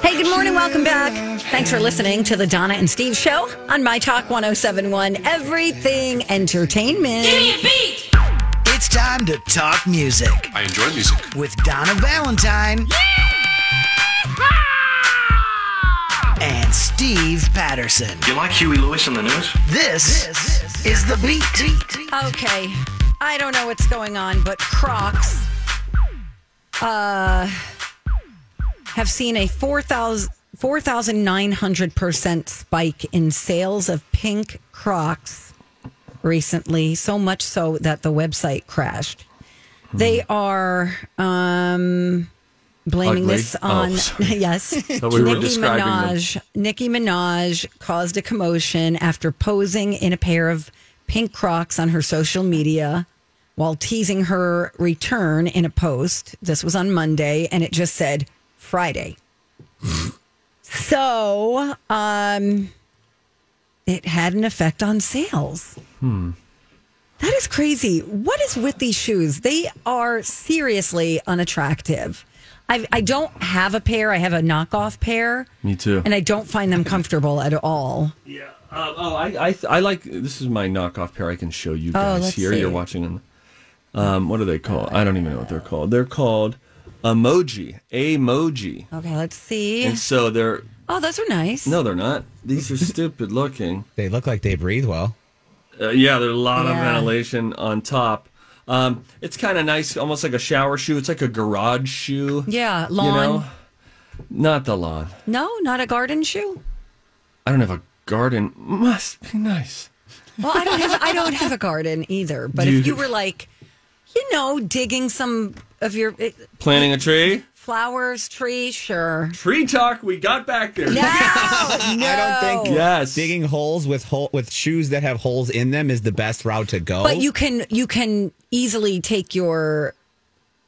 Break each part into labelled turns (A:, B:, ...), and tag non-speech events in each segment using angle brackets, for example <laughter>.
A: Hey, good morning. Welcome back. Thanks for listening to the Donna and Steve show on My Talk 1071 Everything Entertainment.
B: It's time to talk music
C: I enjoy music.
B: with Donna Valentine and Steve Patterson.
D: You like Huey Lewis in the news?
B: This is the beat.
A: Okay, I don't know what's going on, but Crocs uh, have seen a 4,000 4,900% spike in sales of pink Crocs recently, so much so that the website crashed. They
C: Hmm.
A: are um, blaming
C: Ugly?
A: this
C: Oh,
A: on <laughs>
C: sorry. <laughs>
A: yes,
C: Thought we were
A: Nicki
C: describing them.
A: Minaj. Nicki Minaj caused a commotion after posing in a pair of pink Crocs on her social media while teasing her return in a post. This was on Monday, and it just said Friday. <laughs> so, um, it had an effect on sales.
C: Hmm.
A: That is crazy. What is with these shoes? They are seriously unattractive. I, I don't have a pair. I have a knockoff pair.
C: Me too.
A: And I don't find them comfortable at all.
C: Yeah. Um, oh, I, I I like this is my knockoff pair. I can show you guys
A: Oh, let's
C: here.
A: see.
C: You're watching them. Um, what are they called? I don't even know what they're called. They're called emoji. Emoji.
A: Okay, let's see.
C: And so they're
A: Oh, those are nice.
C: no, they're not. These
A: <laughs>
C: are stupid looking.
E: They look like they breathe well.
C: Uh, yeah, there's a lot of
A: Yeah.
C: ventilation on top. Um, it's kind of nice, almost like a shower shoe. It's like a garage shoe.
A: Yeah, lawn.
C: You know, not the lawn.
A: No, not a garden shoe.
C: I don't have a garden. Must be nice.
A: Well, I don't have I don't have a garden either. But if
C: Dude.
A: you were like, you know, digging some of your eh,
C: Planting a tree.
A: flowers, tree,
C: <laughs>
A: sure.
C: Tree talk. We got back there.
A: No,
E: I don't think
C: Yes.
E: digging holes with hole with shoes that have holes in them is the best route to go.
A: But you can you can easily take your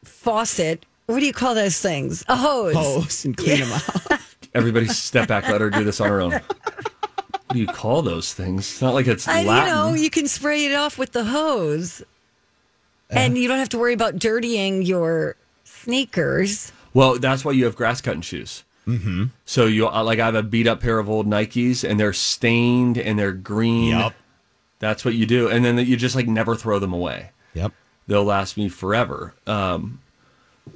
A: faucet. What do you call those things? A hose.
E: hose <laughs> and clean
A: <laughs>
E: them out.
C: Everybody step back, let her do this on her own. What do you call those things? It's not like it's
A: I, you
C: Latin.
A: know, you can spray it off with the hose,
C: Uh-huh.
A: and you don't have to worry about dirtying your sneakers.
C: Well, that's why you have grass cutting shoes. Mm-hmm. So you I- like I have a beat up pair of old Nikes, and they're stained and they're green.
E: Yep.
C: That's what you do, and then you just like never throw them away.
E: Yep.
C: They'll last me forever. Um,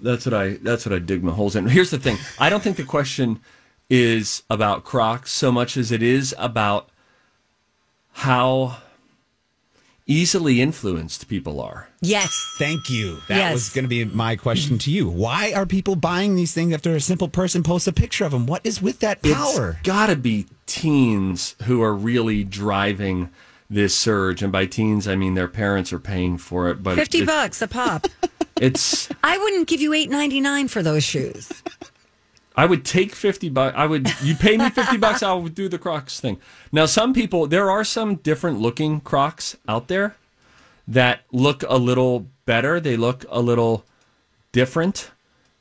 C: that's what I. That's what I dig my holes in. Here's the thing. I don't think the question is about Crocs so much as it is about how easily influenced people are. <laughs>
A: Yes.
E: Thank you. That
A: Yes.
E: was going to be my question to you. Why are people buying these things after a simple person posts a picture of them? What is with that power?
C: It's got to be teens who are really driving this surge, and by teens I mean their parents are paying for it. But
A: Fifty
C: it-
A: bucks a pop.
C: It's
A: I wouldn't give you eight ninety nine for those shoes.
C: I would take fifty bucks. I would. You pay me fifty bucks. I will do the Crocs thing. Now, some people there are some different looking Crocs out there that look a little better. They look a little different.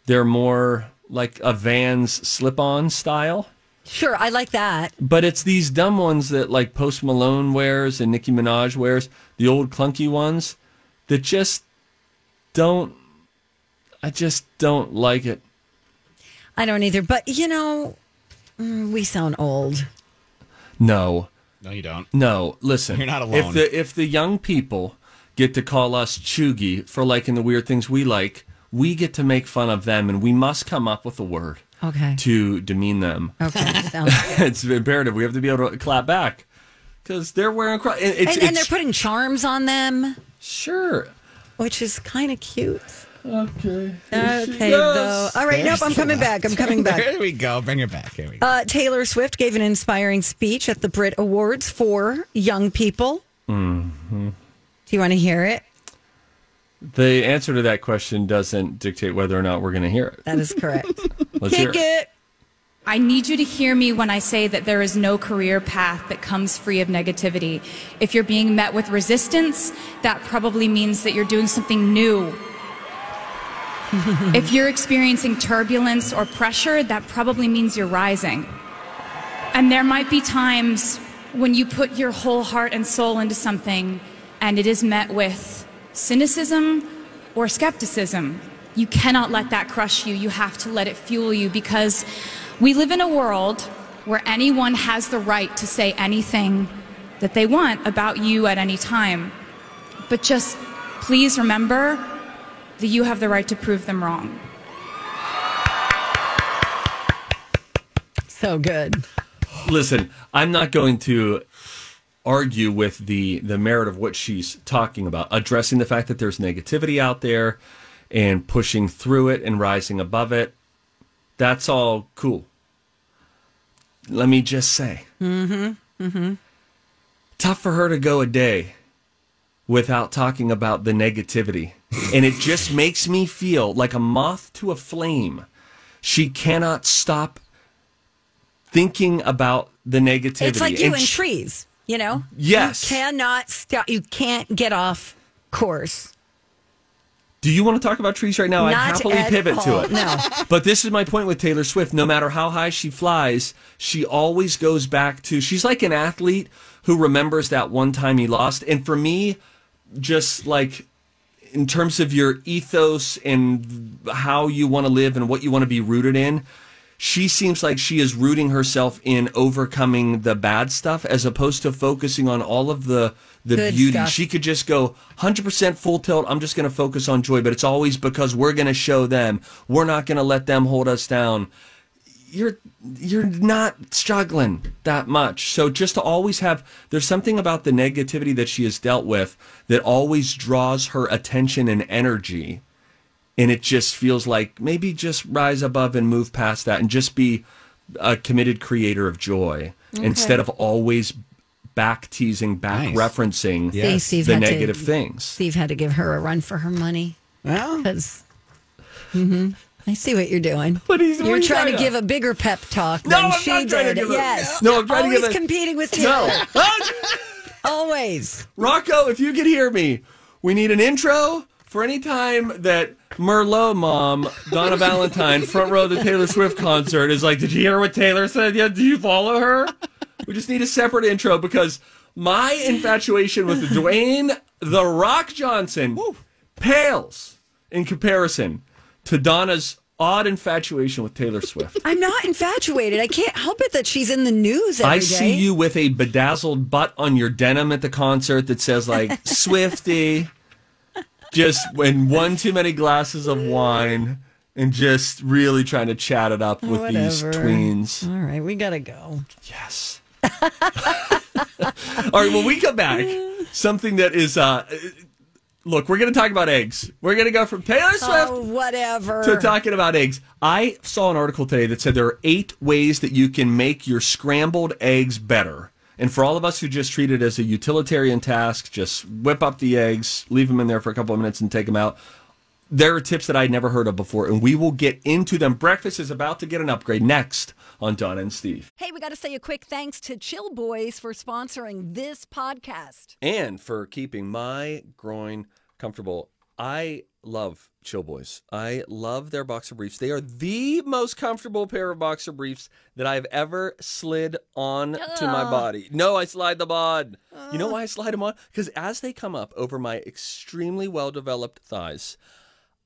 C: They're more like a Vans slip-on style.
A: Sure, I like that.
C: But it's these dumb ones that like Post Malone wears and Nicki Minaj wears, the old clunky ones that just don't. I just don't like it.
A: I don't either. But you know, mm, we sound old.
C: No,
E: No, you don't.
C: no. Listen,
E: You're not
C: If
E: alone.
C: the if the young people get to call us chuggy for liking the weird things we like, we get to make fun of them, and we must come up with a word.
A: Okay.
C: to demean them. <laughs>
A: Okay. sounds good.
C: it's imperative. We have to be able to clap back because they're wearing Crocs. It- It's,
A: and, and they're
C: it's-
A: putting charms on them,
C: sure.
A: which is kind of cute.
C: Okay.
A: Okay, though. All right, nope, I'm coming back. I'm
E: <laughs>
A: coming back.
E: There we go. Bring it back. Here we go.
A: Uh, Taylor Swift gave an inspiring speech at the Brit Awards for young people.
C: Mm-hmm.
A: Do you want to hear it?
C: The answer to that question doesn't dictate whether or not we're going to hear it.
A: That is correct.
C: <laughs> Let's hear
A: Kick
C: it.
A: it.
D: I need you to hear me when I say that there is no career path that comes free of negativity. If you're being met with resistance, that probably means that you're doing something new. if you're experiencing turbulence or pressure, that probably means you're rising. And there might be times when you put your whole heart and soul into something and it is met with cynicism or skepticism. You cannot let that crush you. You have to let it fuel you because we live in a world where anyone has the right to say anything that they want about you at any time. But just please remember that you have the right to prove them wrong.
A: So good.
C: Listen, I'm not going to argue with the the merit of what she's talking about, addressing the fact that there's negativity out there and pushing through it and rising above it. That's all cool. Let me just say. Mm-hmm. Mm-hmm. Tough for her to go a day without talking about the negativity. and it just makes me feel like a moth to a flame. She cannot stop thinking about the negativity.
A: It's like you
C: And
A: and
C: she-
A: trees, you know?
C: Yes.
A: You cannot stop. You can't get off course.
C: Do you want to talk about trees right now? I'd
A: Not
C: happily
A: at
C: pivot
A: all.
C: to it.
A: No.
C: But this is my point with Taylor Swift. No matter how high she flies, she always goes back to she's like an athlete who remembers that one time he lost. And for me, just like in terms of your ethos and how you want to live and what you want to be rooted in, she seems like she is rooting herself in overcoming the bad stuff as opposed to focusing on all of the the
A: Good
C: beauty.
A: stuff.
C: She could just go 100% full tilt. I'm just going to focus on joy, but it's always because we're going to show them. We're not going to let them hold us down. You're you're not struggling that much. So just to always have there's something about the negativity that she has dealt with that always draws her attention and energy and it just feels like maybe just rise above and move past that and just be a committed creator of joy instead of always back teasing back
E: Nice.
C: referencing
E: Yeah. Yes.
A: Steve
C: the
A: had to-
C: negative things
A: Steve had to give her a run for her money
E: Well,
A: because. I see what you're doing.
C: What is- what
A: you're
C: are you
A: trying to
C: talking
A: give a bigger pep talk
C: No,
A: than
C: I'm
A: she
C: not trying to
A: did.
C: give a-
A: yes.
C: No, I'm trying to
A: Always
C: give a-
A: competing with Taylor.
C: no
A: Always.
C: Rocco, if you could hear me, we need an intro for any time that Merlot mom, Donna Valentine, front row of the Taylor Swift concert is like, Did you hear what Taylor said? Yeah, do you follow her? We just need a separate intro because my infatuation with Dwayne The Rock Johnson pales in comparison to Donna's odd infatuation with Taylor Swift.
A: I'm not infatuated. I can't help it that she's in the news every day.
C: I see you with a bedazzled butt on your denim at the concert that says
A: <laughs>
C: like Swifty. Just when one too many glasses of wine and just really trying to chat it up with these
A: Whatever.
C: tweens.
A: All right, we gotta go.
C: Yes. All right, when we come back, something that is uh look, we're gonna talk about eggs. We're gonna go from Taylor Swift
A: Oh, whatever.
C: to talking about eggs, I saw an article today that said there are eight ways that you can make your scrambled eggs better. And for all of us who just treat it as a utilitarian task, just whip up the eggs, leave them in there for a couple of minutes, and take them out. There are tips that I'd never heard of before, and we will get into them. Breakfast is about to get an upgrade next on Don and Steve.
A: Hey, we gotta say a quick thanks to Chill Boys for sponsoring this podcast.
C: And for keeping my groin comfortable, I love Chill Boys. I love their boxer briefs. They are the most comfortable pair of boxer briefs that I've ever slid on to my body. No, I slide them on. You know why I slide them on? Because as they come up over my extremely well developed thighs,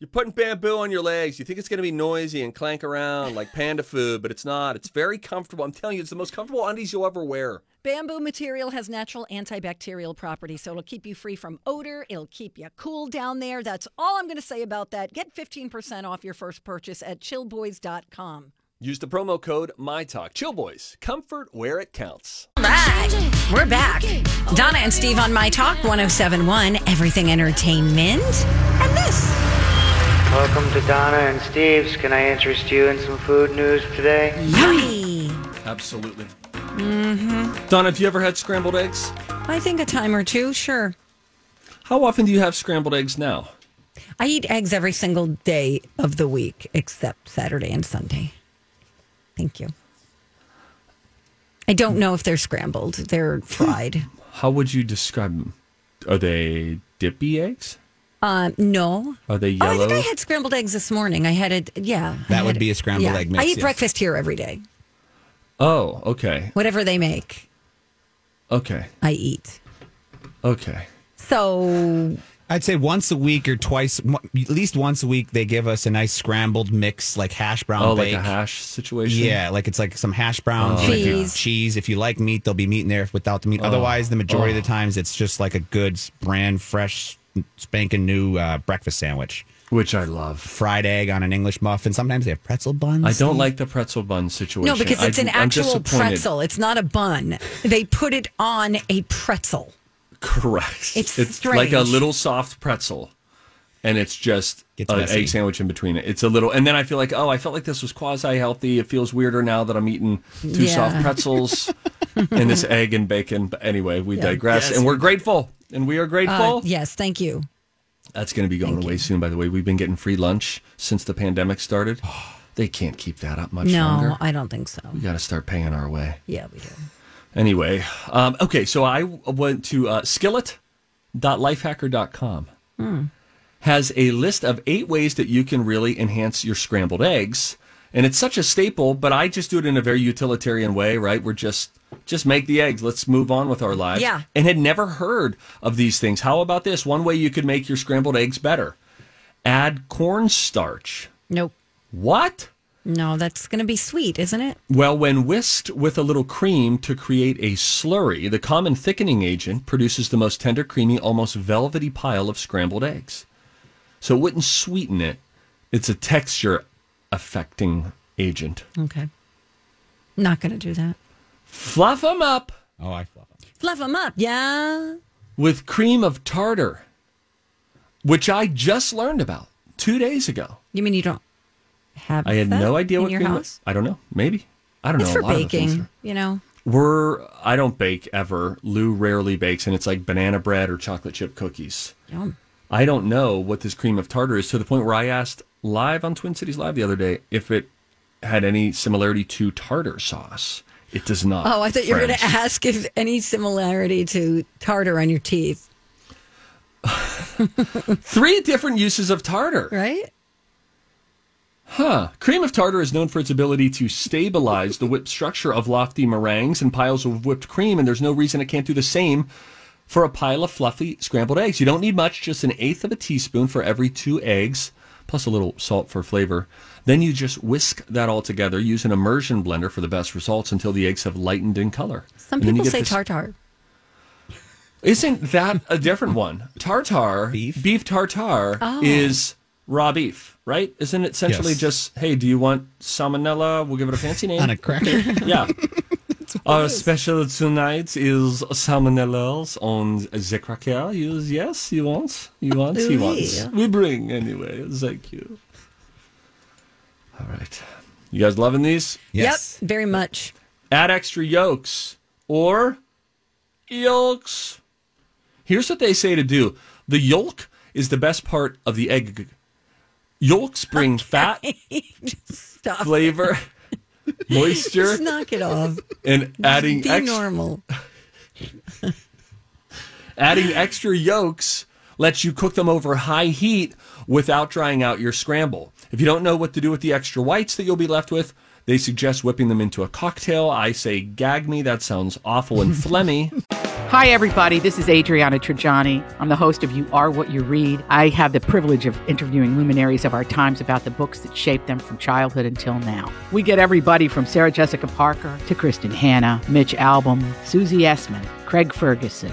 C: You're putting bamboo on your legs. You think it's going to be noisy and clank around like panda food, but it's not. It's very comfortable. I'm telling you, it's the most comfortable undies you'll ever wear.
F: Bamboo material has natural antibacterial properties, so it'll keep you free from odor. It'll keep you cool down there. That's all I'm going to say about that. Get 15% off your first purchase at chillboys.com.
C: Use the promo code MyTalk. Chill Boys, comfort where it counts.
A: right. We're back. Donna and Steve on My Talk 1071, Everything Entertainment. And this.
G: Welcome to Donna and Steve's. Can I interest you in some food news today?
A: Yummy.
C: Absolutely. Mm-hmm. Donna, have you ever had scrambled eggs?
A: I think a time or two, sure.
C: How often do you have scrambled eggs now?
A: I eat eggs every single day of the week except Saturday and Sunday. Thank you. I don't know if they're scrambled,
E: <laughs>
A: they're fried.
C: How would you describe them? Are they dippy eggs?
A: Uh, no.
C: Are they
A: Oh, I think
C: yellow?
A: I had scrambled eggs this morning. I had it, yeah. I
E: That would
A: had-
E: be a scrambled egg mix,
A: I eat
E: yes.
A: breakfast here every day.
C: Oh, okay.
A: Whatever they make,
C: Okay.
A: I eat.
C: Okay.
A: So
E: I'd say once a week or twice, mo- at least once a week, they give us a nice scrambled mix, like hash brown.
C: Oh,
E: bake.
C: like a hash situation?
E: Yeah, like it's like some hash browns, and if you-
A: Cheese.
E: cheese. If you like meat, there'll be meat in there without the meat. Otherwise, the majority of the times, it's just like a good brand fresh, spanking new uh, breakfast sandwich.
C: Which I love.
E: Fried egg on an English muffin. Sometimes they have pretzel buns.
C: I don't like the pretzel bun situation.
A: Mm-hmm. no, because it's
C: I,
A: an
C: I'm
A: actual
C: disappointed.
A: pretzel. It's not a bun. They put it on a pretzel.
C: Correct.
A: It's
C: like a
A: strange.
C: little soft pretzel, and it's just
E: Gets
C: an
E: messy.
C: egg sandwich in between it. It's a little, and then I feel like, oh, I felt like this was quasi healthy. It feels weirder now that I'm eating two
A: Yeah.
C: soft pretzels
A: <laughs>
C: and this egg and bacon. But anyway, we digress, and we're grateful, and we are grateful.
E: Oh.
A: Uh, yes, thank you.
C: That's going to be going away soon. By the way, we've been getting free lunch since the pandemic
A: <gasps>
C: started. They can't keep that up much
A: no,
C: longer.
A: I don't think so.
C: we got to start paying our way.
A: Yeah, we do.
C: Anyway, um, okay, so I w- went to uh, skillet.lifehacker.com. Has a list of eight ways that you can really enhance your scrambled eggs. And it's such a staple, but I just do it in a very utilitarian way, right? We're just just make the eggs. Let's move on with our lives.
A: Yeah.
C: And had never heard of these things. How about this? One way you could make your scrambled eggs better. Add cornstarch.
A: Nope.
C: What?
A: No, that's going to be sweet, isn't it?
C: Well, when whisked with a little cream to create a slurry, the common thickening agent produces the most tender, creamy, almost velvety pile of scrambled eggs. So it wouldn't sweeten it. It's a texture affecting agent.
A: Okay. Not going to do that.
C: Fluff them up
E: Oh, I love them.
A: Fluff them up. Yeah.
C: with cream of tartar, which I just learned about two days ago.
A: You mean you don't have
C: I had
A: that
C: no idea
A: in
C: what
A: your
C: cream
A: house?
C: I don't know. Maybe. I don't
A: It's
C: know.
A: for
C: a lot of the things are-
A: baking, you know.
C: We're I don't bake ever. Lou rarely bakes, and it's like banana bread or chocolate chip cookies.
A: Yum.
C: I don't know what this cream of tartar is to the point where I asked live on Twin Cities Live the other day if it had any similarity to tartar sauce. It does not.
A: Oh, I thought you were going to
C: friends.
A: ask if any similarity to tartar on your teeth,
C: Three different uses of tartar.
A: right?
C: Huh. Cream of tartar is known for its ability to stabilize the whipped structure of lofty meringues and piles of whipped cream, and there's no reason it can't do the same for a pile of fluffy scrambled eggs. You don't need much, just an eighth of a teaspoon for every two eggs, plus a little salt for flavor. Then you just whisk that all together. Use an immersion blender for the best results until the eggs have lightened in color.
A: Some
C: And then you
A: people
C: get
A: say
C: this-
A: tartar.
C: Isn't that a different
E: <laughs>
C: one? Tartar
E: Beef?
C: tartar is raw beef, right? Isn't it essentially
E: Yes.
C: just hey, do you want salmonella? We'll give it a fancy name.
E: On a cracker.
C: <laughs>
E: <laughs>
C: yeah. Our special tonight is salmonellas on the cracker. Yes, yes, you want, you want, he wants. We bring anyway. Thank you. All right, you guys loving these?
E: yes.
A: Yep, very much.
C: add extra yolks or yolks. Here's what they say to do the yolk is the best part of the egg. Yolks bring fat,
A: Stop.
C: flavor, moisture,
A: Just <laughs> knock it off.
C: and adding
A: Be
C: extra,
A: normal.
C: adding extra yolks lets you cook them over high heat without drying out your scramble. If you don't know what to do with the extra whites that you'll be left with, they suggest whipping them into a cocktail. I say gag me. That sounds awful and phlegmy.
H: Hi, everybody. This is Adriana Trajani. I'm the host of You Are What You Read. I have the privilege of interviewing luminaries of our times about the books that shaped them from childhood until now. We get everybody from Sarah Jessica Parker to Kristen Hanna, Mitch Albom, Susie Essman, Craig Ferguson,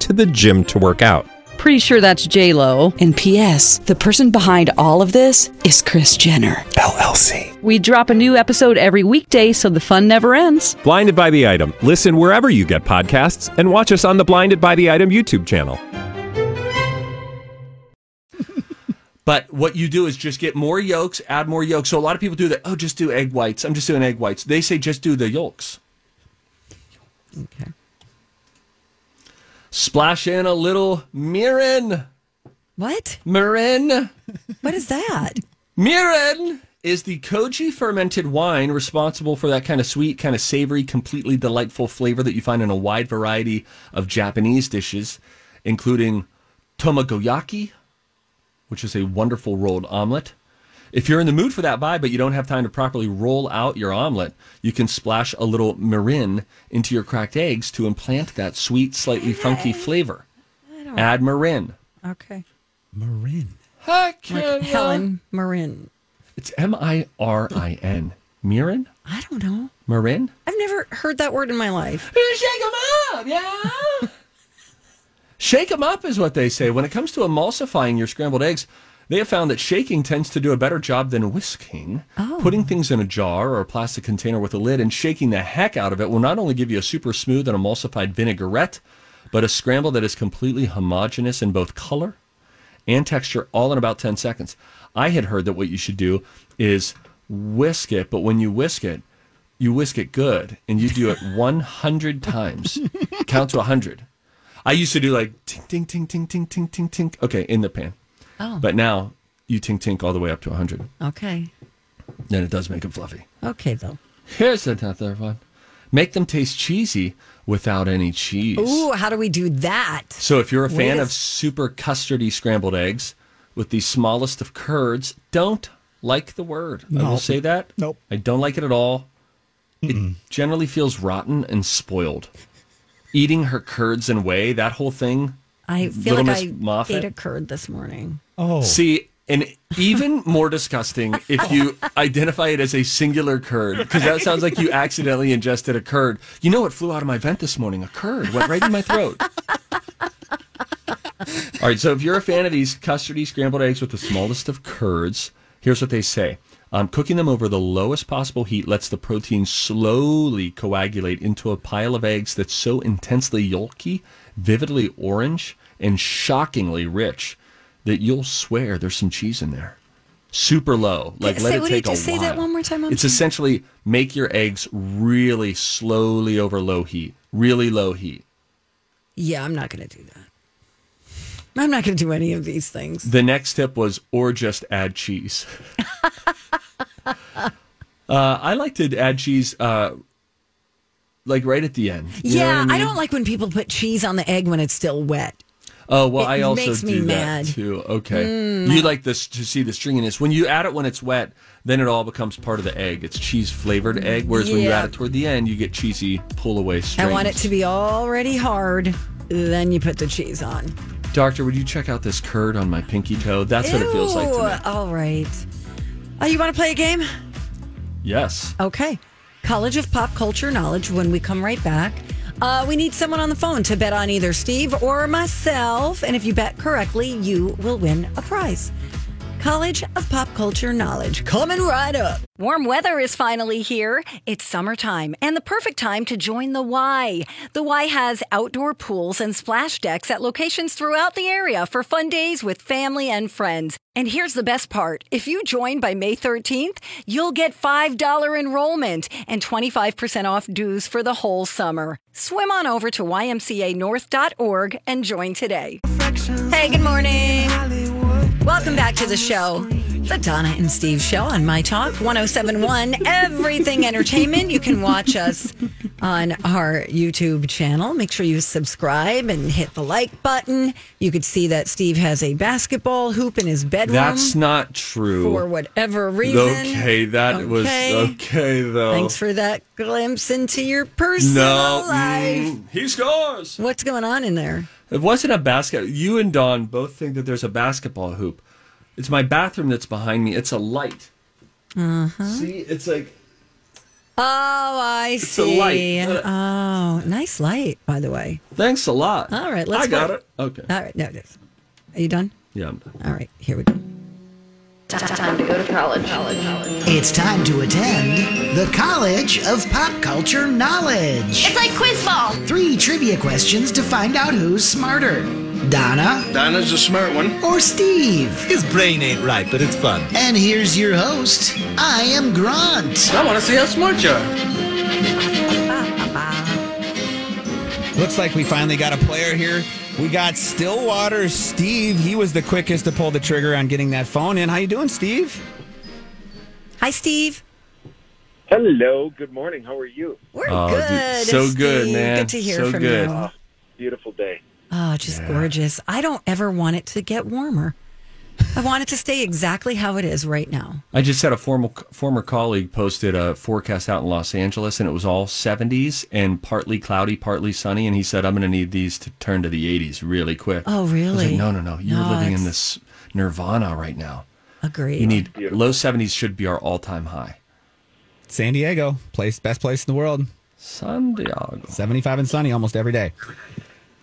I: to the gym to work out.
J: Pretty sure that's J Lo. And P.S. The person behind all of this is Chris Jenner LLC. We drop a new episode every weekday, so the fun never ends.
I: Blinded by the item. Listen wherever you get podcasts, and watch us on the Blinded by the Item YouTube channel.
C: But what you do is just get more yolks, add more yolks. So a lot of people do that. Oh, just do egg whites. I'm just doing egg whites. They say just do the yolks.
A: Okay.
C: Splash in a little mirin.
A: What?
C: Mirin.
A: What is that?
C: Mirin is the koji fermented wine responsible for that kind of sweet, kind of savory, completely delightful flavor that you find in a wide variety of Japanese dishes, including tomagoyaki, which is a wonderful rolled omelet. If you're in the mood for that vibe, but you don't have time to properly roll out your omelet, you can splash a little mirin into your cracked eggs to implant that sweet, slightly funky flavor. Add mirin.
A: Okay.
E: Marin.
C: Like
A: Helen Marin.
C: It's M I R I N. Mirin?
A: I don't know.
C: Marin?
A: I've never heard that word in my life.
C: Shake 'em up, yeah. <laughs> Shake 'em up is what they say. When it comes to emulsifying your scrambled eggs, they have found that shaking tends to do a better job than whisking. Putting things in a jar or a plastic container with a lid and shaking the heck out of it will not only give you a super smooth and emulsified vinaigrette, but a scramble that is completely homogeneous in both color and texture all in about 10 seconds. I had heard that what you should do is whisk it, but when you whisk it, you whisk it good and you <laughs> do it 100 times. Count to 100. I used to do like tink, tink, tink, tink, tink, tink, tink, tink. Okay, in the pan.
A: Oh.
C: But now you tink, tink all the way up to 100.
A: Okay.
C: Then it does make it fluffy.
A: Okay, though.
C: Here's another one make them taste cheesy without any cheese.
A: Ooh, how do we do that?
C: So if you're a fan
A: Wait a-
C: of super custardy scrambled eggs with the smallest of curds, don't like the word. I will say that.
E: Nope.
C: I don't like it at all. It generally feels rotten and spoiled. Eating her curds and whey, that whole thing.
A: I feel
C: Little
A: like
C: Miss
A: I
C: Moffat?
A: ate a curd this morning.
E: Oh.
C: See,
A: <laughs>
C: and even more disgusting if you identify it as a singular curd, because that sounds like you accidentally ingested a curd. You know what flew out of my vent this morning? A curd went right in my throat. All right, so if you're a fan of these custardy scrambled eggs with the smallest of curds, here's what they say. Um, cooking them over the lowest possible heat lets the protein slowly coagulate into a pile of eggs that's so intensely yolky, vividly orange, and shockingly rich that you'll swear there's some cheese in there. Super low, like
A: Say-
C: let it
A: what did you
C: take a
A: just say
C: while.
A: that one more time, Mom?
C: It's essentially make your eggs really slowly over low heat, really low heat.
A: Yeah, I'm not going to do that. I'm not going to do any of these things.
C: The next tip was, or just
A: <laughs>
C: add cheese. uh, I like to add cheese, uh, like right at the end. You know
A: yeah,
C: what
A: I,
C: mean?
A: don't like when people put cheese on the egg when it's still wet.
C: Oh well,
A: it
C: I also
A: makes me
C: do
A: mad. Mm.
C: that too. Okay, you like this to see the stringiness when you add it when it's wet. Then it all becomes part of the egg. It's cheese flavored egg. Whereas when you
A: Yeah.
C: add it toward the end, you get cheesy pull away strings.
A: I want it to be already hard. Then you put the cheese on.
C: Doctor, would you check out this curd on my pinky toe? That's what it feels like
A: Ew,
C: to me.
A: All right. Oh, you want to play a game?
C: Yes.
A: Okay. College of Pop Culture Knowledge when we come right back. Uh, we need someone on the phone to bet on either Steve or myself. And if you bet correctly, you will win a prize. College of Pop Culture Knowledge. Coming right up.
F: Warm weather is finally here. It's summertime and the perfect time to join the Y. The Y has outdoor pools and splash decks at locations throughout the area for fun days with family and friends. And here's the best part. If you join by May 13th, you'll get $5 enrollment and 25% off dues for the whole summer. Swim on over to ymcanorth.org and join today. Hey, good morning.
A: Welcome back to the show. The Donna and Steve Show on My Talk 1071, Everything Entertainment. You can watch us on our YouTube channel. Make sure you subscribe and hit the like button. You could see that Steve has a basketball hoop in his bedroom
C: That's not true.
A: for whatever reason.
C: Okay, that was okay though.
A: Thanks for that glimpse into your personal
C: No,
A: life.
C: mm, he scores.
A: What's going on in there?
C: It wasn't a basket. You and Don both think that there's a basketball hoop. It's my bathroom that's behind me. It's a light.
A: Uh-huh.
C: See, it's like
A: Oh, I
C: a
A: see.
C: light.
A: Oh, nice light, by the way.
C: thanks a lot.
A: All right, let's
C: I got
A: work.
C: it. Okay.
A: All right, no, no. Are you done?
C: Yeah, I'm done.
A: All right, here we go.
B: Time to go to college. It's time to attend the College of Pop Culture Knowledge. It's like quiz ball. Three trivia questions to find out who's smarter. Donna
K: Donna's a smart one.
B: or Steve.
K: His brain ain't right, but it's fun.
B: And here's your host. I am Grant.
K: I want to see how smart you are.
E: Looks like we finally got a player here. We got Stillwater Steve. He was the quickest to pull the trigger on getting that phone in. How you doing, Steve?
A: Hi, Steve.
L: Hello. Good morning. How are you?
A: We're
C: Oh, dude,
A: good.
C: so
A: Steve.
C: good, man.
A: Good to hear
C: So
A: from
C: good.
A: you.
L: Ah, Beautiful day.
A: Oh, just gorgeous. I don't ever want it to get warmer. I want it to stay exactly how it is right now.
C: I just had a formal former colleague posted a forecast out in Los Angeles, and it was all 70s and partly cloudy, partly sunny. And he said, "I'm going to need these to turn to the 80s really quick."
A: Oh,
C: I was like,
A: really?
C: no, no, no. You're
A: No,
C: living in
A: it's-
C: this nirvana right now.
A: Agreed.
C: You need low 70s should be our all-time high.
E: San Diego, place best place in the world.
C: San Diego.
E: 75 and sunny almost every day.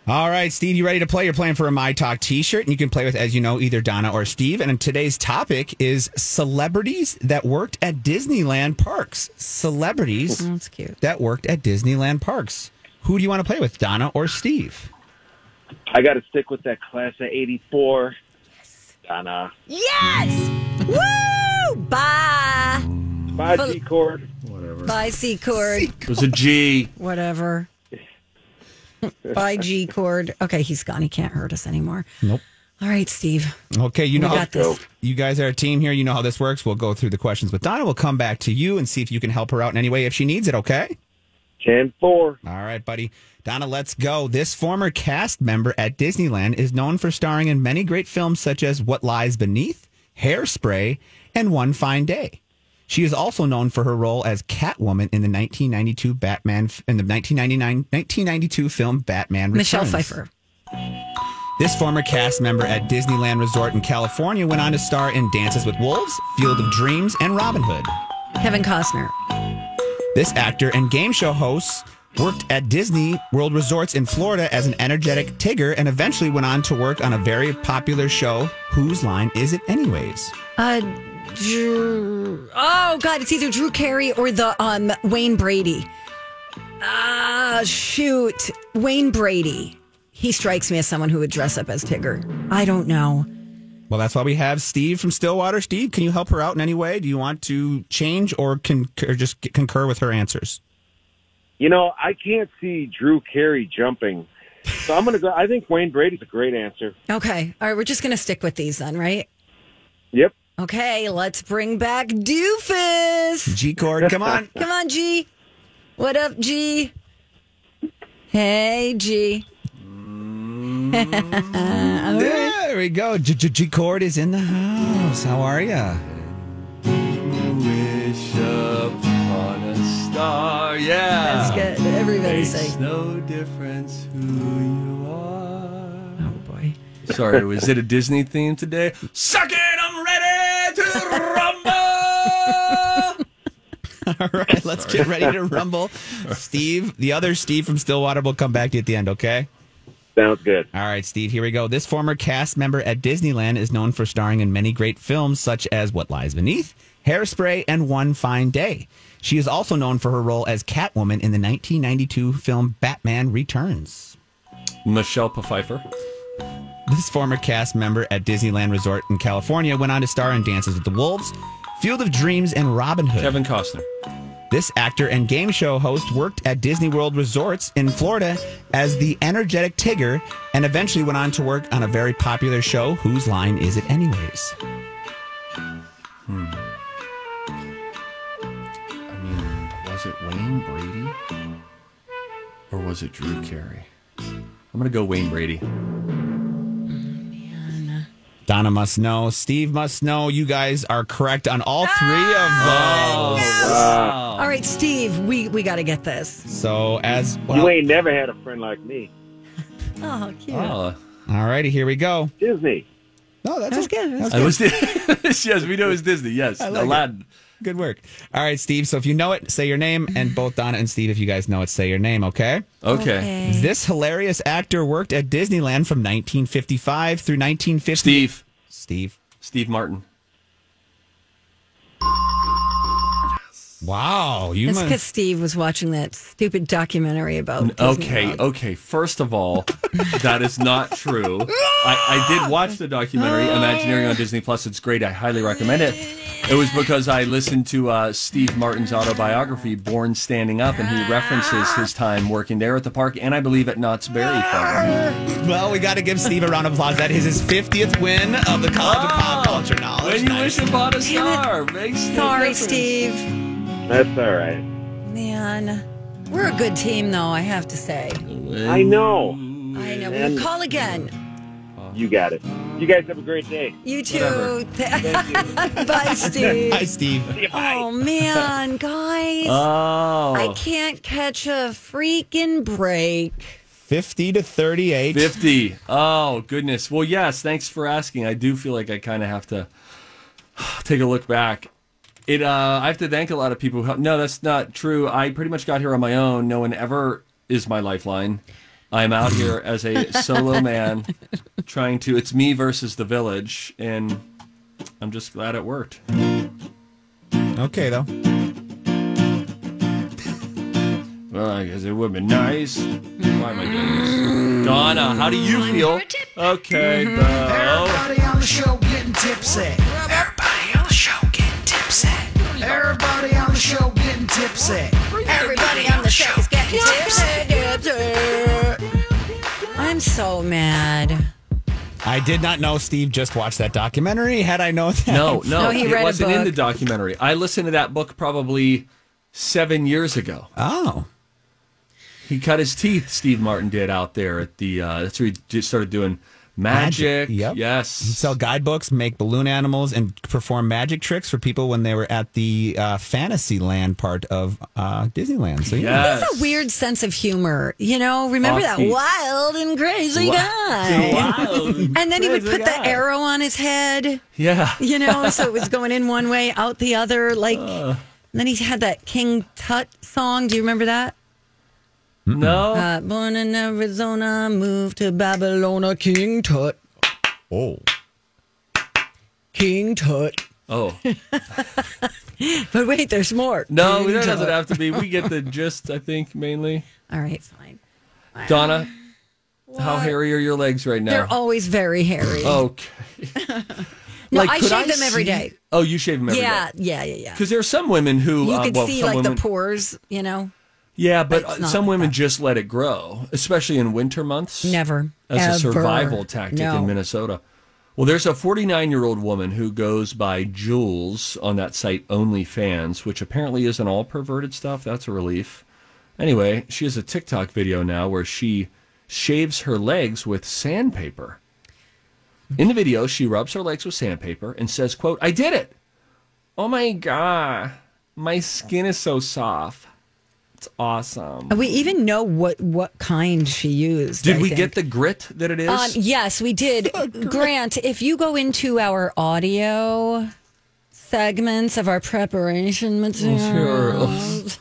E: All right, Steve, you ready to play? You're playing for a My Talk t-shirt, and you can play with, as you know, either Donna or Steve. And today's topic is celebrities that worked at Disneyland parks. Celebrities
A: Oh, That's cute.
E: that worked at Disneyland parks. Who do you want to play with, Donna or Steve?
L: I got to stick with that class of '84. Donna.
A: Yes! Woo! Bye.
L: Bye,
A: Bel-
L: G chord.
C: Whatever.
A: Bye, C chord.
C: It was a G.
A: Whatever. Bye, G chord. Okay, he's gone. He can't hurt us anymore.
E: Nope.
A: All right, Steve.
E: Okay,
A: We
E: you know how-
A: got this.
E: you guys are a team here. You know how this works. We'll go through the questions, but Donna will come back to you and see if you can help her out in any way if she needs it. Okay.
L: Ten four.
E: All right, buddy. Donna, let's go. This former cast member at Disneyland is known for starring in many great films such as What Lies Beneath, Hairspray, and One Fine Day. She is also known for her role as Catwoman in the 1992 Batman in the 1999 1992 film Batman Returns.
A: Michelle Pfeiffer.
E: This former cast member at Disneyland Resort in California went on to star in Dances with Wolves, Field of Dreams, and Robin Hood.
A: Kevin Costner.
E: This actor and game show host worked at Disney World Resorts in Florida as an energetic Tigger and eventually went on to work on a very popular show, Whose Line Is It Anyways?
A: Uh, Drew. Oh God, it's either Drew Carey or the um Wayne Brady. Ah, shoot, Wayne Brady. He strikes me as someone who would dress up as Tigger. I don't know.
E: Well, that's why we have Steve from Stillwater. Steve, can you help her out in any way? Do you want to change or, con- or just concur with her answers?
L: You know, I can't see Drew Carey jumping, so I'm gonna go. I think Wayne Brady's a great answer.
A: Okay, all right, we're just gonna stick with these then, right?
L: Yep.
A: Okay, let's bring back Doofus.
E: G Cord, come on.
A: Come on, G. What up, G? Hey, G.
E: There we go. G- G- G Cord is in the house. How are you?
C: Wish upon a star. Yeah.
A: That's good. Everybody
C: Makes
A: say-
C: no difference who you are.
A: Oh boy.
C: Sorry, was it a Disney theme today? Suck it, I'm ready to rumble.
E: All <laughs> right, let's get ready to rumble. Steve, the other Steve from Stillwater will come back to you at the end, okay?
L: Sounds good.
E: All right, Steve, here we go. This former cast member at Disneyland is known for starring in many great films such as What Lies Beneath, Hairspray, and One Fine Day. She is also known for her role as Catwoman in the 1992 film Batman Returns.
C: <laughs> Michelle Pfeiffer.
E: This former cast member at Disneyland Resort in California went on to star in Dances with the Wolves, Field of Dreams, and Robin Hood.
C: Kevin Costner.
E: This actor and game show host worked at Disney World Resorts in Florida as the energetic Tigger and eventually went on to work on a very popular show, Whose Line Is It Anyways?
C: I mean, was it Wayne Brady or was it Drew Carey? I'm gonna go Wayne Brady.
E: Donna must know. Steve must know. You guys are correct on all three of those.
C: Uh, Oh.
A: All right, Steve, we, we got to get this.
E: So as
L: you
E: well.
L: ain't never had a friend like me.
A: Oh, cute.
E: All righty, here we go.
L: Disney.
E: No, that's,
A: That's good. That's
C: I was <laughs> yes, we know it's Disney. Yes,
E: I like it.
C: Aladdin.
E: Good work. All right, Steve. So if you know it, say your name. And both Donna and Steve, if you guys know it, say your name, okay?
C: Okay. Okay.
E: This hilarious actor worked at Disneyland from 1955 through 1950.
C: Steve.
E: Steve.
C: Steve Martin.
E: Wow. You
A: That's
E: must.
A: because Steve was watching that stupid documentary about. Disney
C: Okay,
A: World.
C: okay. First of all, that is not true. I, I did watch the documentary Imagineering on Disney Plus. It's great. I highly recommend it. It was because I listened to uh, Steve Martin's autobiography, Born Standing Up, and he references his time working there at the park and I believe at Knott's Berry Farm.
E: Well, we got to give Steve a round of applause. That is his 50th win of the College of Pop
B: Oh.
E: Culture Knowledge.
C: When you wish upon
A: Damn
C: a
A: it.
C: star, makes no
A: Sorry,
C: difference.
A: Steve.
L: That's all right.
A: Man, we're a good team, though. I have to say.
L: I know.
A: I know.
L: And-
A: We'll call again.
L: You got it. You guys have a great day.
A: You
L: Whatever.
A: too. <laughs> Bye, Steve.
E: Hi, Steve.
A: Oh man, guys,
C: Oh.
A: I can't catch a freaking break.
E: 50 to 38.
C: 50. Oh, goodness. Well, yes, thanks for asking. I do feel like I kind of have to <sighs> take a look back. It uh, I have to thank a lot of people who helped. No, that's not true. I pretty much got here on my own. No one ever is my lifeline. I'm out here as a solo man trying to it's me versus the village and I'm just glad it worked.
E: Okay, though.
C: Well, I guess it would be nice. Why am I doing this? Donna, how do you feel? Okay, bro.
B: Everybody on the show getting tipsy. Everybody on the show getting tipsy. Everybody on the show getting tipsy. Everybody on the show is getting
A: I'm so mad.
E: I did not know Steve just watched that documentary. Had I known
A: <laughs>
E: that.
C: No, no,
A: No, he
C: it
A: read a
C: wasn't in
A: book.
C: the documentary. I listened to that book probably seven years ago.
E: Oh.
C: He cut his teeth. Steve Martin did out there at the. Uh, that's where he just started doing magic.
E: Yep.
C: Yes.
E: Sell guidebooks, make balloon animals, and perform magic tricks for people when they were at the uh, Fantasyland part of uh, Disneyland. So
C: <laughs>
E: yeah.
C: Yes.
A: It's a weird sense of humor, you know. Remember that
C: Off-key.
A: wild and crazy
C: Wi-
A: guy.
C: Wild
A: <laughs> And then he would
C: crazy
A: put
C: guy.
A: the arrow on his head,
C: Yeah.
A: you know,
C: <laughs>
A: so it was going in one way, out the other. Like,
C: Uh.
A: and then he had that King Tut song. Do you remember that?
C: No.
A: Uh, born in Arizona, moved to Babylon, King Tut,
E: Oh.
A: King Tut.
C: oh.
A: But wait, there's more.
C: No,
A: King
C: that
A: Tut.
C: doesn't have to be. We get the gist, I think, mainly.
A: All right, fine.
C: Donna, how hairy are your legs right now?
A: They're always very hairy.
C: Oh, okay.
A: <laughs> No,
C: Like,
A: I
C: could
A: shave them every
C: see-
A: day.
C: Oh, you shave them every day.
A: yeah, yeah, yeah, yeah.
C: Because there are some women who
A: You
C: uh,
A: could
C: well,
A: see
C: some
A: like
C: women,
A: the pores, you know.
C: Yeah, but
A: It's
C: uh,
A: not
C: some
A: like
C: women
A: that.
C: just let it grow, especially in winter months.
A: Never.
C: As a
A: Ever.
C: survival tactic
A: No.
C: in Minnesota. Well, there's a 49 year old woman who goes by Jules on that site OnlyFans, which apparently isn't all perverted stuff. That's a relief. Anyway, she has a TikTok video now where she shaves her legs with sandpaper. In the video, she rubs her legs with sandpaper and says, quote, I did it. Oh my God. My skin is so soft. It's awesome.
A: We even know what what kind she used.
C: Did
A: I
C: we
A: think.
C: get the grit that it is?
A: Um, yes, we
C: <laughs>
A: did.
C: Oh,
A: Grant, if you go into our audio segments of our preparation
C: <laughs>
A: materials,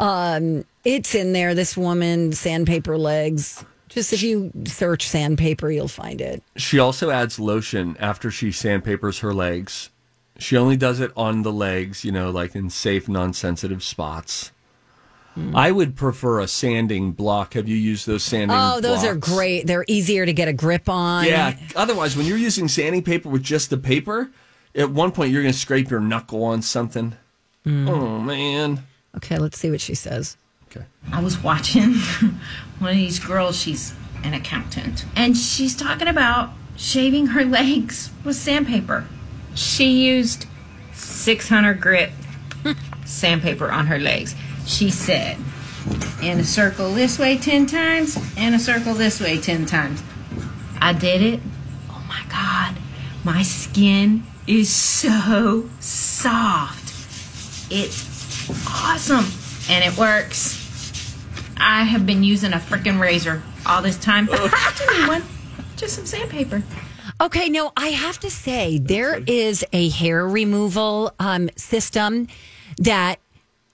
A: um, it's in there. This woman, sandpaper legs, Just if you search sandpaper, you'll find it.
C: She also adds lotion after she sandpapers her legs. She only does it on the legs, you know, like in safe, non sensitive spots. I would prefer a sanding block. Have you used those sanding
A: Oh, those are
C: blocks?
A: great. They're easier to get a grip on.
C: Yeah. Otherwise, when you're using sanding paper with just the paper, at one point you're going to scrape your knuckle on something.
A: Mm.
C: Oh, man.
A: Okay, let's see what she says.
D: I was watching <laughs> one of these girls, she's an accountant, and she's talking about shaving her <laughs> legs with sandpaper. She used 600 grit sandpaper on her legs. She said, in a circle this way 10 times, and a circle this way 10 times. I did it. Oh my God, my skin is so soft. It's awesome, and it works. I have been using a freaking razor all this time. Just a new one. Just some sandpaper. <laughs>
A: Okay, now I have to say there is a hair removal um, system that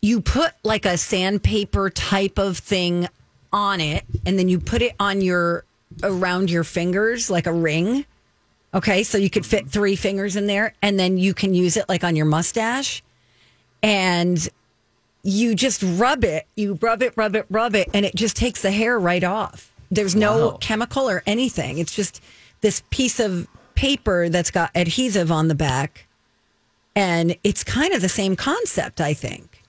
A: you put like a sandpaper type of thing on it, and then you put it on your around your fingers like a ring. Okay, so you could fit three fingers in there, and then you can use it like on your mustache, and you just rub it, you rub it, rub it, rub it, and it just takes the hair right off. There's no
M: Wow.
A: chemical or anything. It's just this piece of paper that's got adhesive on the back. And it's kind of the same concept, I think.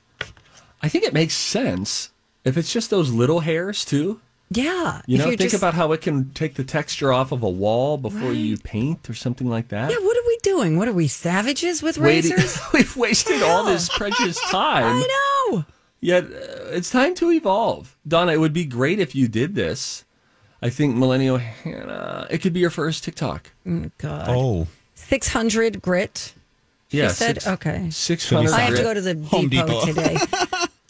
C: I think it makes sense if it's just those little hairs, too.
A: Yeah.
C: You
A: if
C: know,
A: you're
C: think
A: just-
C: about how it can take the texture off of a wall before you paint or something like that.
A: Yeah, what are we doing? What are we, savages with
C: <laughs> Waiting-
A: razors?
C: We've wasted all this precious
A: <laughs>
C: time.
A: I know.
C: Yet uh, it's time to evolve. Donna, it would be great if you did this. I think Millennial Hannah, it could be your first TikTok.
A: God.
C: Oh.
A: 600 grit. she
C: Yeah.
A: said? Okay.
C: 600.
A: I have to go to the
C: Home
A: depot,
C: Depot. <laughs>
A: today.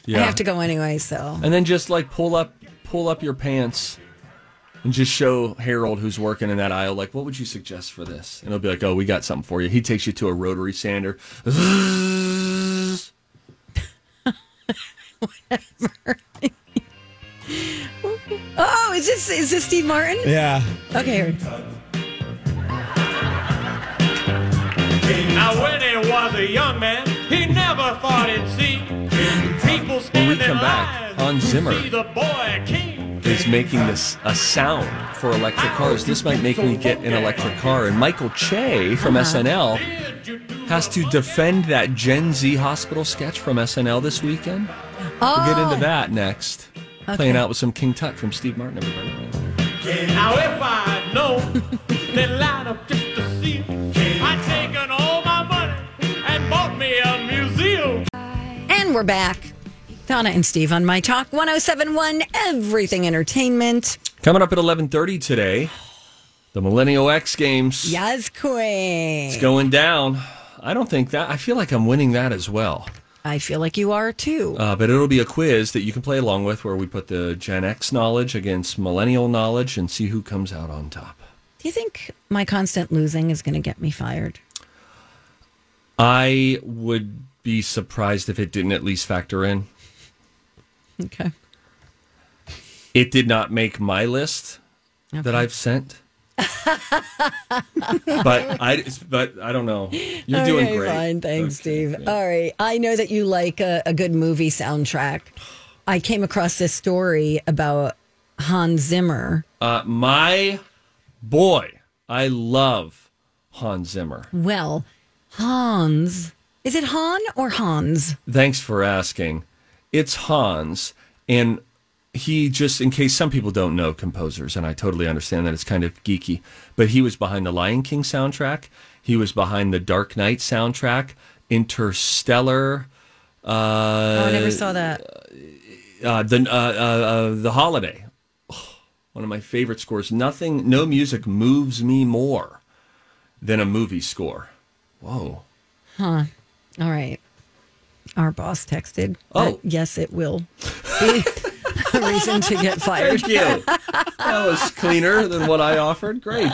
C: Yeah.
A: I have to go anyway, so.
C: And then just like pull up pull up your pants and just show Harold who's working in that aisle, like, what would you suggest for this? And he'll be like, Oh, we got something for you. He takes you to a rotary sander.
A: Oh, is this is this Steve Martin?
E: Yeah.
A: Okay. here.
N: Now, when he was a young man, he never thought he'd see people
C: When we
N: standing
C: come back on Zimmer
N: see the boy king.
C: is making this a sound for electric cars. This might make me get an electric car. And Michael Che from
N: Uh-huh.
C: SNL has to defend that Gen Z hospital sketch from SNL this weekend. We'll
A: Oh.
C: get into that next.
N: Okay.
C: Playing out with some King Tut from Steve Martin, everybody.
N: Now, if I know they lied up just to see I'd taken all my money and bought me a museum.
A: And we're back. Donna and Steve on My Talk 1071, Everything Entertainment.
C: Coming up at 11.30 today, the Millennial X Games.
A: Yes, Queen.
C: It's going down. I don't think that. I feel like I'm winning that as well.
A: I feel like you are too.
C: Uh, but it'll be a quiz that you can play along with where we put the Gen X knowledge against millennial knowledge and see who comes out on top.
A: Do you think my constant losing is going to get me fired?
C: I would be surprised if it didn't at least factor in.
A: Okay.
C: It did not make my list that
A: Okay. <laughs>
C: I've sent. but I but I don't know. You're doing
A: Okay,
C: great.
A: Fine. Thanks, Steve. All right. I know that you like a, a good movie soundtrack. I came across this story about Hans Zimmer.
C: Uh, my boy, I love Hans Zimmer.
A: Well, Hans. Is it Han or Hans?
C: Thanks for asking. It's Hans, and he just, in case some people don't know composers, and I totally understand that it's kind of geeky, but he was behind the Lion King soundtrack. He was behind the Dark Knight soundtrack, Interstellar. Uh,
A: oh, I never saw that.
C: uh, the uh, uh, uh, the holiday. Oh, one of my favorite scores. Nothing, no music moves me more than a movie score. Whoa.
A: Huh. All right. Our boss texted.
C: Oh.
A: that yes, it will be <laughs> a reason to get fired.
C: Thank you. That was cleaner than what I offered. Great.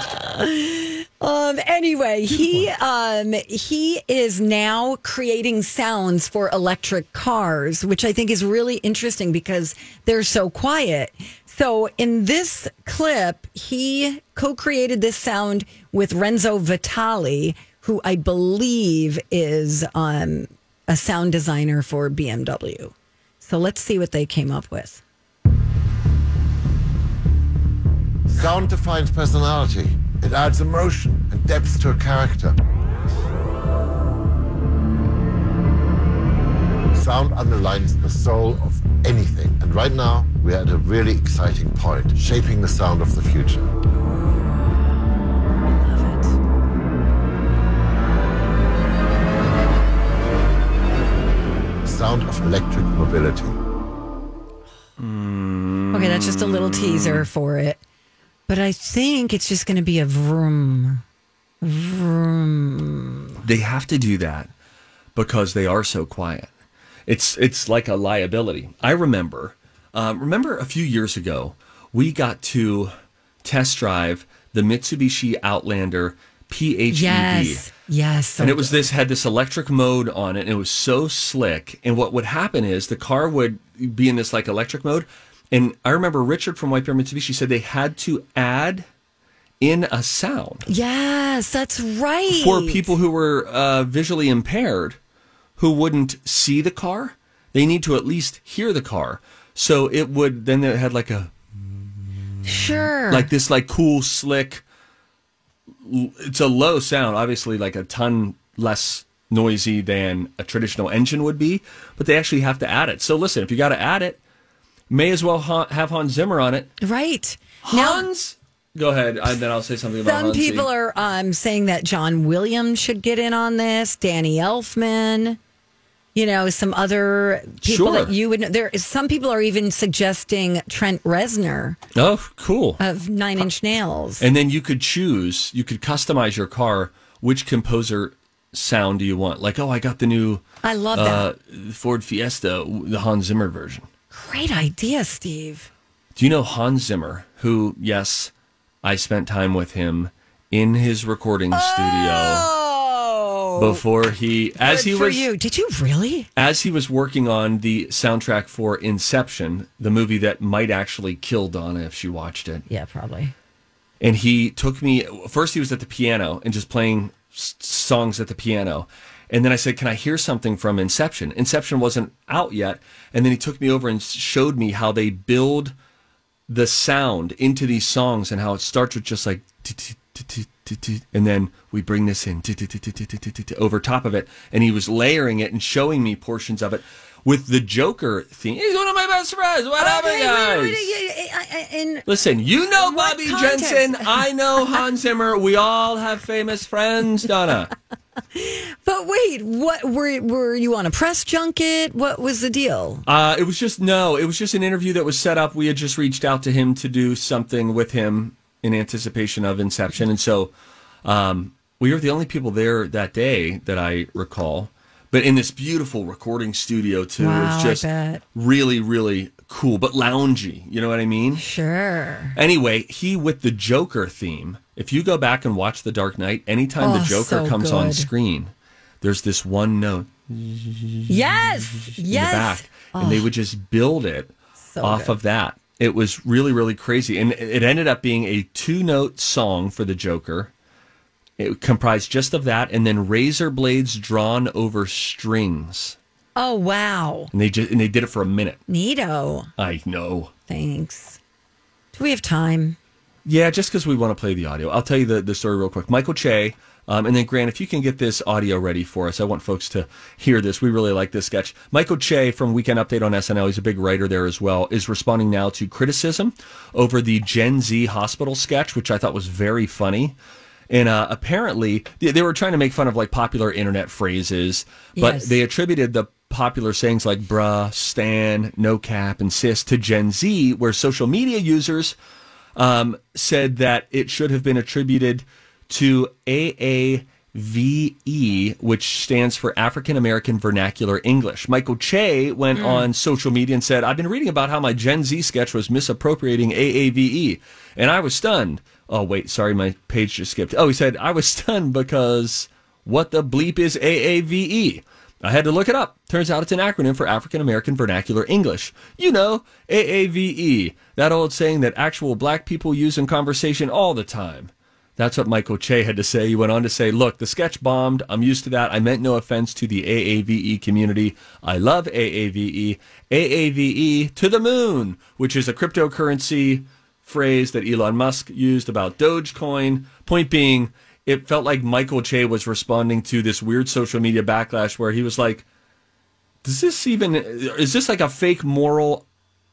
A: Um, anyway, he um, he is now creating sounds for electric cars, which I think is really interesting because they're so quiet. So in this clip, he co-created this sound with Renzo Vitali, who I believe is um, a sound designer for BMW. So let's see what they came up with.
O: Sound defines personality. It adds emotion and depth to a character. Sound underlines the soul of anything. And right now, we're at a really exciting point, shaping the sound of the future. Sound of electric mobility.
A: Okay, that's just a little teaser for it. But I think it's just going to be a vroom. Vroom.
C: They have to do that because they are so quiet. It's it's like a liability. I remember, um, remember a few years ago, we got to test drive the Mitsubishi Outlander E PHEV.
A: Yes. Yes. so
C: and it was this had this electric mode on it, and it was so slick. And what would happen is the car would be in this like electric mode. And I remember Richard from White Bear Mitsubishi said they had to add in a sound
A: good. Yes, that's right.
C: for people who were uh, visually impaired who wouldn't see the car. They need to at least hear the car. So it would then it had like a
A: Sure.
C: like this like cool slick l- it's a low sound obviously like a ton less noisy than a traditional engine would be but they actually have to add it so listen if you got to add it may as well ha- have hans
A: <gasps>
C: zimmer on it
A: Right.
C: Hans. go ahead and then i'll say something about
A: Some
C: Hansi.
A: people are um, saying that John Williams should get in on this, Danny Elfman, you know, some other people
C: Sure.
A: that you would know. There, some people are even suggesting Trent Reznor
C: oh cool
A: of Nine Inch Nails.
C: and then you could choose you could customize your car which composer sound do you want like oh i got the new
A: I love
C: uh, ford fiesta the hans zimmer version
A: Great idea, Steve.
C: Do you know Hans Zimmer, who, yes, I spent time with him in his recording studio before he, as
A: Oh! Good
C: he
A: for
C: was,
A: you, did you really?
C: as he was working on the soundtrack for Inception, the movie that might actually kill Donna if she watched it.
A: Yeah, probably.
C: And he took me first. He was at the piano and just playing s- songs at the piano. And then I said, "Can I hear something from Inception?" Inception wasn't out yet. And then he took me over and s- showed me how they build the sound into these songs and how it starts with just like t-t-t-t-t-t-t, and then we bring this in t-t-t-t-t-t-t-t-t over top of it and he was layering it and showing me portions of it with the joker theme he's one of my best friends what up guys
A: in
C: listen you know bobby
A: context?
C: jensen
A: <laughs>
C: i know hans zimmer we all have famous friends donna
A: But wait, what were were you on a press junket? What was the deal?
C: Uh, it was just no. It was just an interview that was set up. We had just reached out to him to do something with him in anticipation of Inception, and so um, we were the only people there that day that I recall. But in this beautiful recording studio too, it
A: Wow, I
C: was just
A: bet.
C: really, really cool, but loungy. You know what I mean? mm,
A: Sure.
C: Anyway, he with the Joker theme. If you go back and watch The Dark Knight, anytime the
A: Oh,
C: Joker
A: so
C: comes on
A: good.
C: screen, there's this one note
A: Yes.
C: in the
A: Yes.
C: back, and they
A: Oh,
C: would just build it
A: So
C: off
A: good.
C: of that. It was really, really crazy, and it ended up being a two-note song for the Joker. It comprised just of that, and then razor blades drawn over strings,
A: oh wow.
C: and they just and they did it for a minute.
A: Neato.
C: I know.
A: Thanks. Do we have time?
C: Yeah, just because we want to play the audio. I'll tell you the, the story real quick. Michael Che, um, and then Grant, if you can get this audio ready for us, I want folks to hear this. We really like this sketch. Michael Che from Weekend Update on SNL, he's a big writer there as well, is responding now to criticism over the Gen Z hospital sketch, which I thought was very funny. And uh, apparently, they, they were trying to make fun of like popular internet phrases, but
P: Yes.
C: they attributed the popular sayings like bruh, stan, no cap, and sis to Gen Z, where social media users um, said that it should have been attributed to AAVE, E, which stands for African American Vernacular English. Michael Che went
P: Mm.
C: on social media and said, I've been reading about how my Gen Z sketch was misappropriating AAVE, E, and I was stunned. Oh, wait, sorry, my page just skipped. Oh, he said, I was stunned because what the bleep is AAVE? I had to look it up. Turns out it's an acronym for African American Vernacular English. You know, AAVE, E. that old saying that actual black people use in conversation all the time. That's what Michael Che had to say. He went on to say, Look, the sketch bombed. I'm used to that. I meant no offense to the AAVE E community. I love AAVE. AAVE E to the moon, which is a cryptocurrency phrase that Elon Musk used about Dogecoin. Point being, it felt like Michael Che was responding to this weird social media backlash where he was like, does this even is this like a fake moral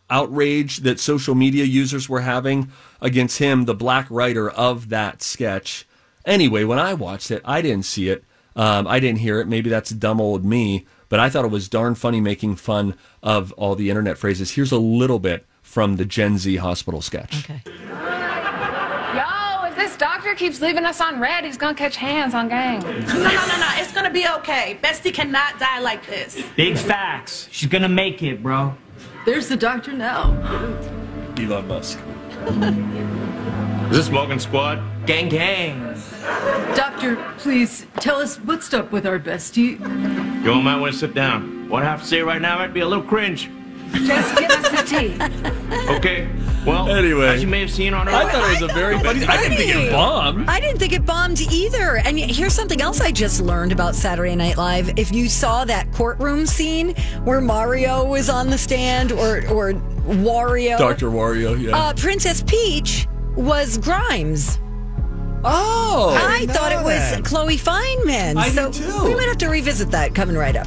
C: outrage that social media users were having against him the black writer of that sketch anyway when i watched it i didn't see it um, i didn't hear it maybe that's dumb old me but i thought it was darn funny making fun of all the internet phrases here's a little bit from the gen z hospital sketch okay
P: Yo, if this doctor keeps leaving us on red, he's gonna catch hands on gang.
Q: No, no, no, no. It's gonna be okay. Bestie cannot die like this.
R: Big facts. She's gonna make it, bro.
Q: There's the doctor now.
C: elon musk
K: Is this Morgan Squad?
R: Gang, gang.
Q: Doctor, please tell us what's up with our bestie.
K: You all might want to sit down. What I have to say right now might be a little cringe.
Q: Just give us the tea.
K: Okay. Well,
C: Anyway.
K: as you may have seen on our.
C: I thought it was a very funny- I didn't think it
A: <laughs>
C: bombed.
A: I didn't think it bombed either. And here's something else I just learned about Saturday Night Live. If you saw that courtroom scene where Mario was on the stand or or Wario,
C: dr wario yeah
A: uh, Princess Peach was Grimes.
C: Oh,
A: I,
C: I
A: thought it
C: Oh, know
A: was
C: that.
A: Chloe Fineman.
C: I
A: so
C: did too.
A: we might have to revisit that coming right up.